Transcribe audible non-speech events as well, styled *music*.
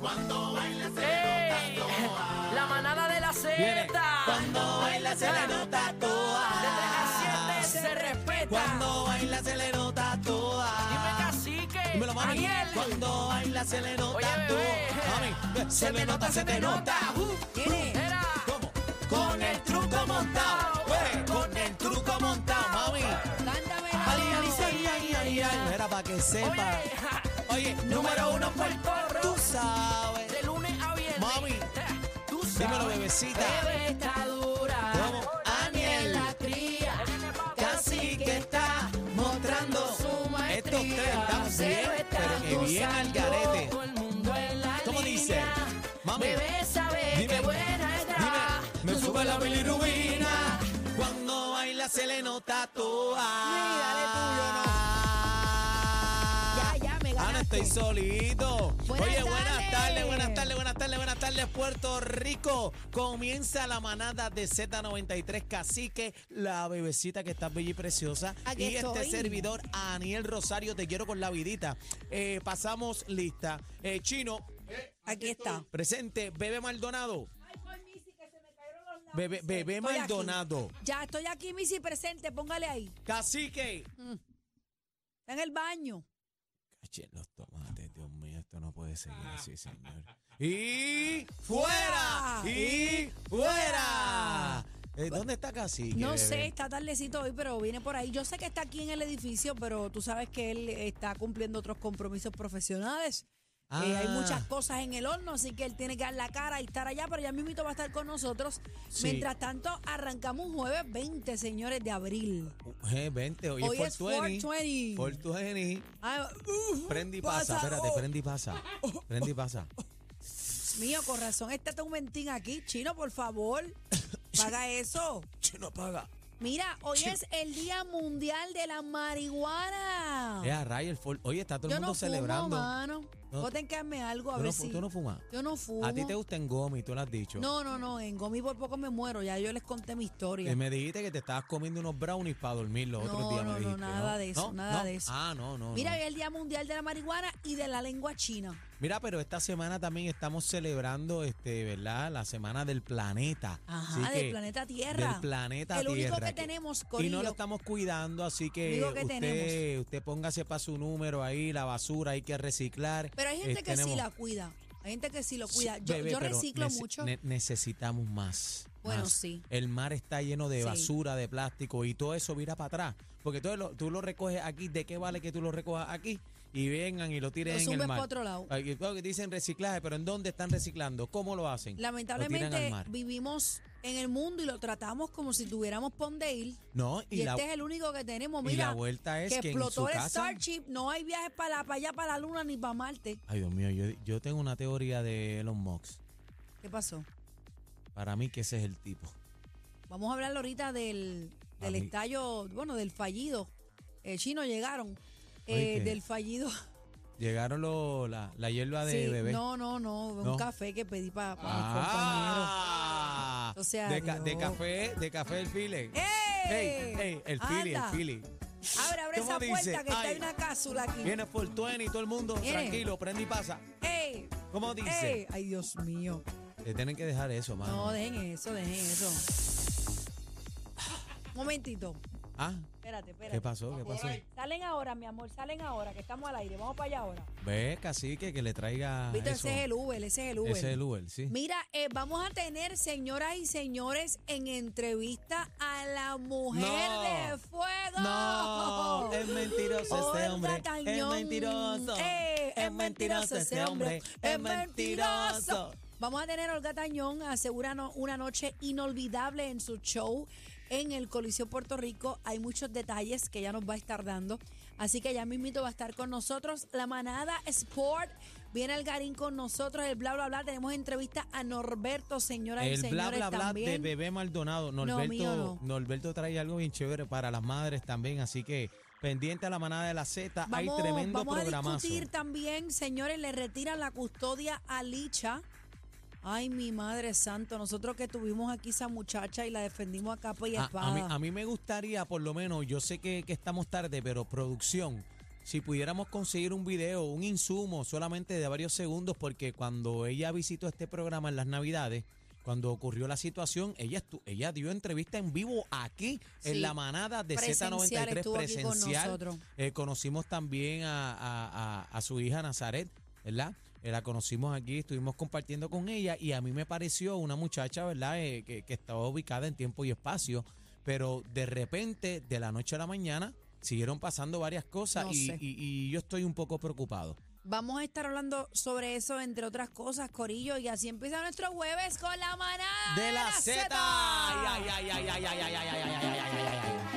Cuando baila se le ¡Ey! nota toa. La manada de la Z. Viene. Cuando baila se le nota De 3 a toa. 7 se respeta. Cuando baila se le nota Dime toa. cacique. Dímelo, mami. Aniel. Cuando baila se le Oye, nota bebé. toa. Mami, se le nota, se te nota. Era. ¿Cómo? Con el truco montado. eh, Con el truco montado, mami. Ay, ay, ay, ay, ay, ay. Era para que Oye, sepa. ja, Oye, número uno Puerto Rico. Tú sabes. de lunes a viernes. Mami. Ja, Tú sabes. Dímelo, bebecita. Bebé está dura. Vamos, Aniel. La cría. Casi que está mostrando su maestría. estos tres están Se bien, lo está pero que bien al gozando garete. todo el mundo en la ¿Cómo línea. dice? Mami, Bebé sabe dime, que buena está. dime, me sube la bilirubina. Cuando baila se le nota toa. Sí, dale tuyo, Ya, ya, me Ah, no ganaste. estoy solito. Buenas Oye, buenas tardes. tardes, buenas tardes, buenas tardes, buenas tardes, Puerto Rico. Comienza la manada de Z93 Cacique, la bebecita que está bella y preciosa. Aquí y este estoy. servidor, Aniel Rosario, te quiero con la vidita. Eh, pasamos lista. Eh, Chino, Aquí está. presente, Bebe Maldonado. Bebe, Bebé Estoy aquí. Maldonado. Ya estoy aquí, Missy, presente. Póngale ahí. Cacique. Está en el baño. Caché los tomates, Dios mío, esto no puede seguir así, señor. Ah. *laughs* Y fuera, y fuera. Eh, ¿Dónde está Cacique? No bebé? sé, está tardecito hoy, pero viene por ahí. Yo sé que está aquí en el edificio, pero tú sabes que él está cumpliendo otros compromisos profesionales. Ah. Eh, hay muchas cosas en el horno, así que él tiene que dar la cara y estar allá, pero ya mismito va a estar con nosotros. Sí. Mientras tanto, arrancamos un jueves 20, señores, de abril. Eh, vente, hoy, Hoy es es 420. 420. 420. Ah, uf, Prende y pasa, espérate, oh. prende y pasa. Prende y pasa. Mío, con razón, está tu mentín aquí. Chino, *laughs* por favor, paga eso. Chino, apaga. Mira, hoy es el Día Mundial de la Marihuana. Eh, a rayo, el fol- Oye, está todo el Yo mundo no celebrando. fumo, mano. No. Voten que darme algo, a ¿Tú, ver no, fu- si... tú no fumas. Yo no fumo. A ti te gusta en gomi, tú lo has dicho. No, no, no, en Gomi por poco me muero, ya yo les conté mi historia. Y me dijiste que te estabas comiendo unos brownies para dormir los otros No, días. no, me no, dijiste, nada de eso, nada no. de eso. Ah, no, no. Mira, no. hoy es el Día Mundial de la Marihuana y de la Lengua China. Mira, pero esta semana también estamos celebrando, este, ¿verdad? La semana del planeta. Ajá, Así del que- planeta Tierra. Del planeta El Tierra. único que tenemos, Y no corillo. lo estamos cuidando, así que, Digo que usted, tenemos. usted póngase para su número ahí, la basura hay que reciclar. Pero hay gente Eh, que sí tenemos- la cuida. Hay gente que sí lo Sí, cuida. Yo, bebé, yo pero reciclo nece- mucho. ne- necesitamos más. Bueno, más. sí. El mar está lleno de Sí. basura, de plástico y todo eso vira para atrás. Porque todo lo- tú lo recoges aquí, ¿de qué vale que tú lo recojas aquí? Y vengan y lo tiren Lo en el zumbes mar. pa' otro lado. Ay, que- que dicen reciclaje, pero ¿en dónde están reciclando? ¿Cómo lo hacen? Lo tiran al Lamentablemente mar. vivimos en el mundo y lo tratamos como si tuviéramos Pondeil. No, Y, y, la, este es el único que tenemos. y Mira, la vuelta es que, que, en explotó su el casa- Starship. No hay viajes para, para allá, para la Luna ni para Marte. Ay, Dios mío, yo, yo tengo una teoría de Elon Musk. ¿Qué pasó? Para mí que ese es el tipo. Vamos a hablar ahorita del, del Mami. estallo, bueno, del fallido. El chino llegaron. Oye, eh, ¿qué? del fallido. Llegaron lo- la, la hierba *laughs* de Sí, bebé. no, no, no. Un No. café que pedí para Ah, compañero. O sea, de, ca- de Dios. café, de café el file. ¡Ey! ey, el file, el Eh. Anda. file. Abre, abre ¿Cómo esa dice? puerta que está Ay. hay una cápsula aquí. Viene por 20 y todo el mundo Viene. tranquilo, prende y pasa. ¡Ey! ¿Cómo ¡Ey! dice? Ay, Dios mío. Te tienen que dejar eso, mano. No, dejen eso, dejen eso. Momentito. ah, Espérate, espérate. ¿qué pasó? ¿Qué pasó? Salen ahora, mi amor, salen ahora, que estamos al aire. Vamos para allá ahora. Ve, cacique, que le traiga Viste, eso. ese es el Uber, ese es el Uber. Ese es el Uber, sí. Mira, eh, vamos a tener, señoras y señores, en entrevista a la mujer No. de fuego. *laughs* No, es mentiroso Olga ese hombre. Es Tañón. mentiroso. este Eh, es mentiroso ese hombre. Es mentiroso. Vamos a tener a Olga Tañón asegura no- una noche inolvidable en su show en el Coliseo Puerto Rico. Hay muchos detalles que ya nos va a estar dando. Así que ya mismito va a estar con nosotros la manada Sport. Viene Algarín con nosotros, el bla bla bla. Tenemos entrevista a Norberto, señoras y El señores bla bla bla también. de bebé Maldonado. Norberto, mío no. Norberto trae algo bien chévere para las madres también, así que pendiente a la manada de la Z, hay Vamos, tremendo vamos a programazo. discutir también, señores, le retiran la custodia a Licha. Ay, mi madre santo, nosotros que tuvimos aquí esa muchacha y la defendimos a capa y A, a mí, espada. a mí me gustaría, por lo menos, yo sé que, que estamos tarde, pero producción, si pudiéramos conseguir un video, un insumo solamente de varios segundos, porque cuando ella visitó este programa en las Navidades, cuando ocurrió la situación, ella, estu- ella dio entrevista en vivo aquí, Sí. en la manada de Presencial, Z93 estuvo aquí con presencial. nosotros. Eh, conocimos también a, a- a- a su hija Nazaret, ¿verdad? Eh, la conocimos aquí, estuvimos compartiendo con ella y a mí me pareció una muchacha, ¿verdad? Eh, que, que estaba ubicada en tiempo y espacio, pero de repente, de la noche a la mañana, siguieron pasando varias cosas No y, sé. y- y yo estoy un poco preocupado. Vamos a estar hablando sobre eso, entre otras cosas, Corillo. Y así empieza nuestro jueves con la manada. ¡De la Z! Zeta. Ay, ay, ay, ay, ay, ay, ay, ay, ay, ay, ay, ay, ay, ay.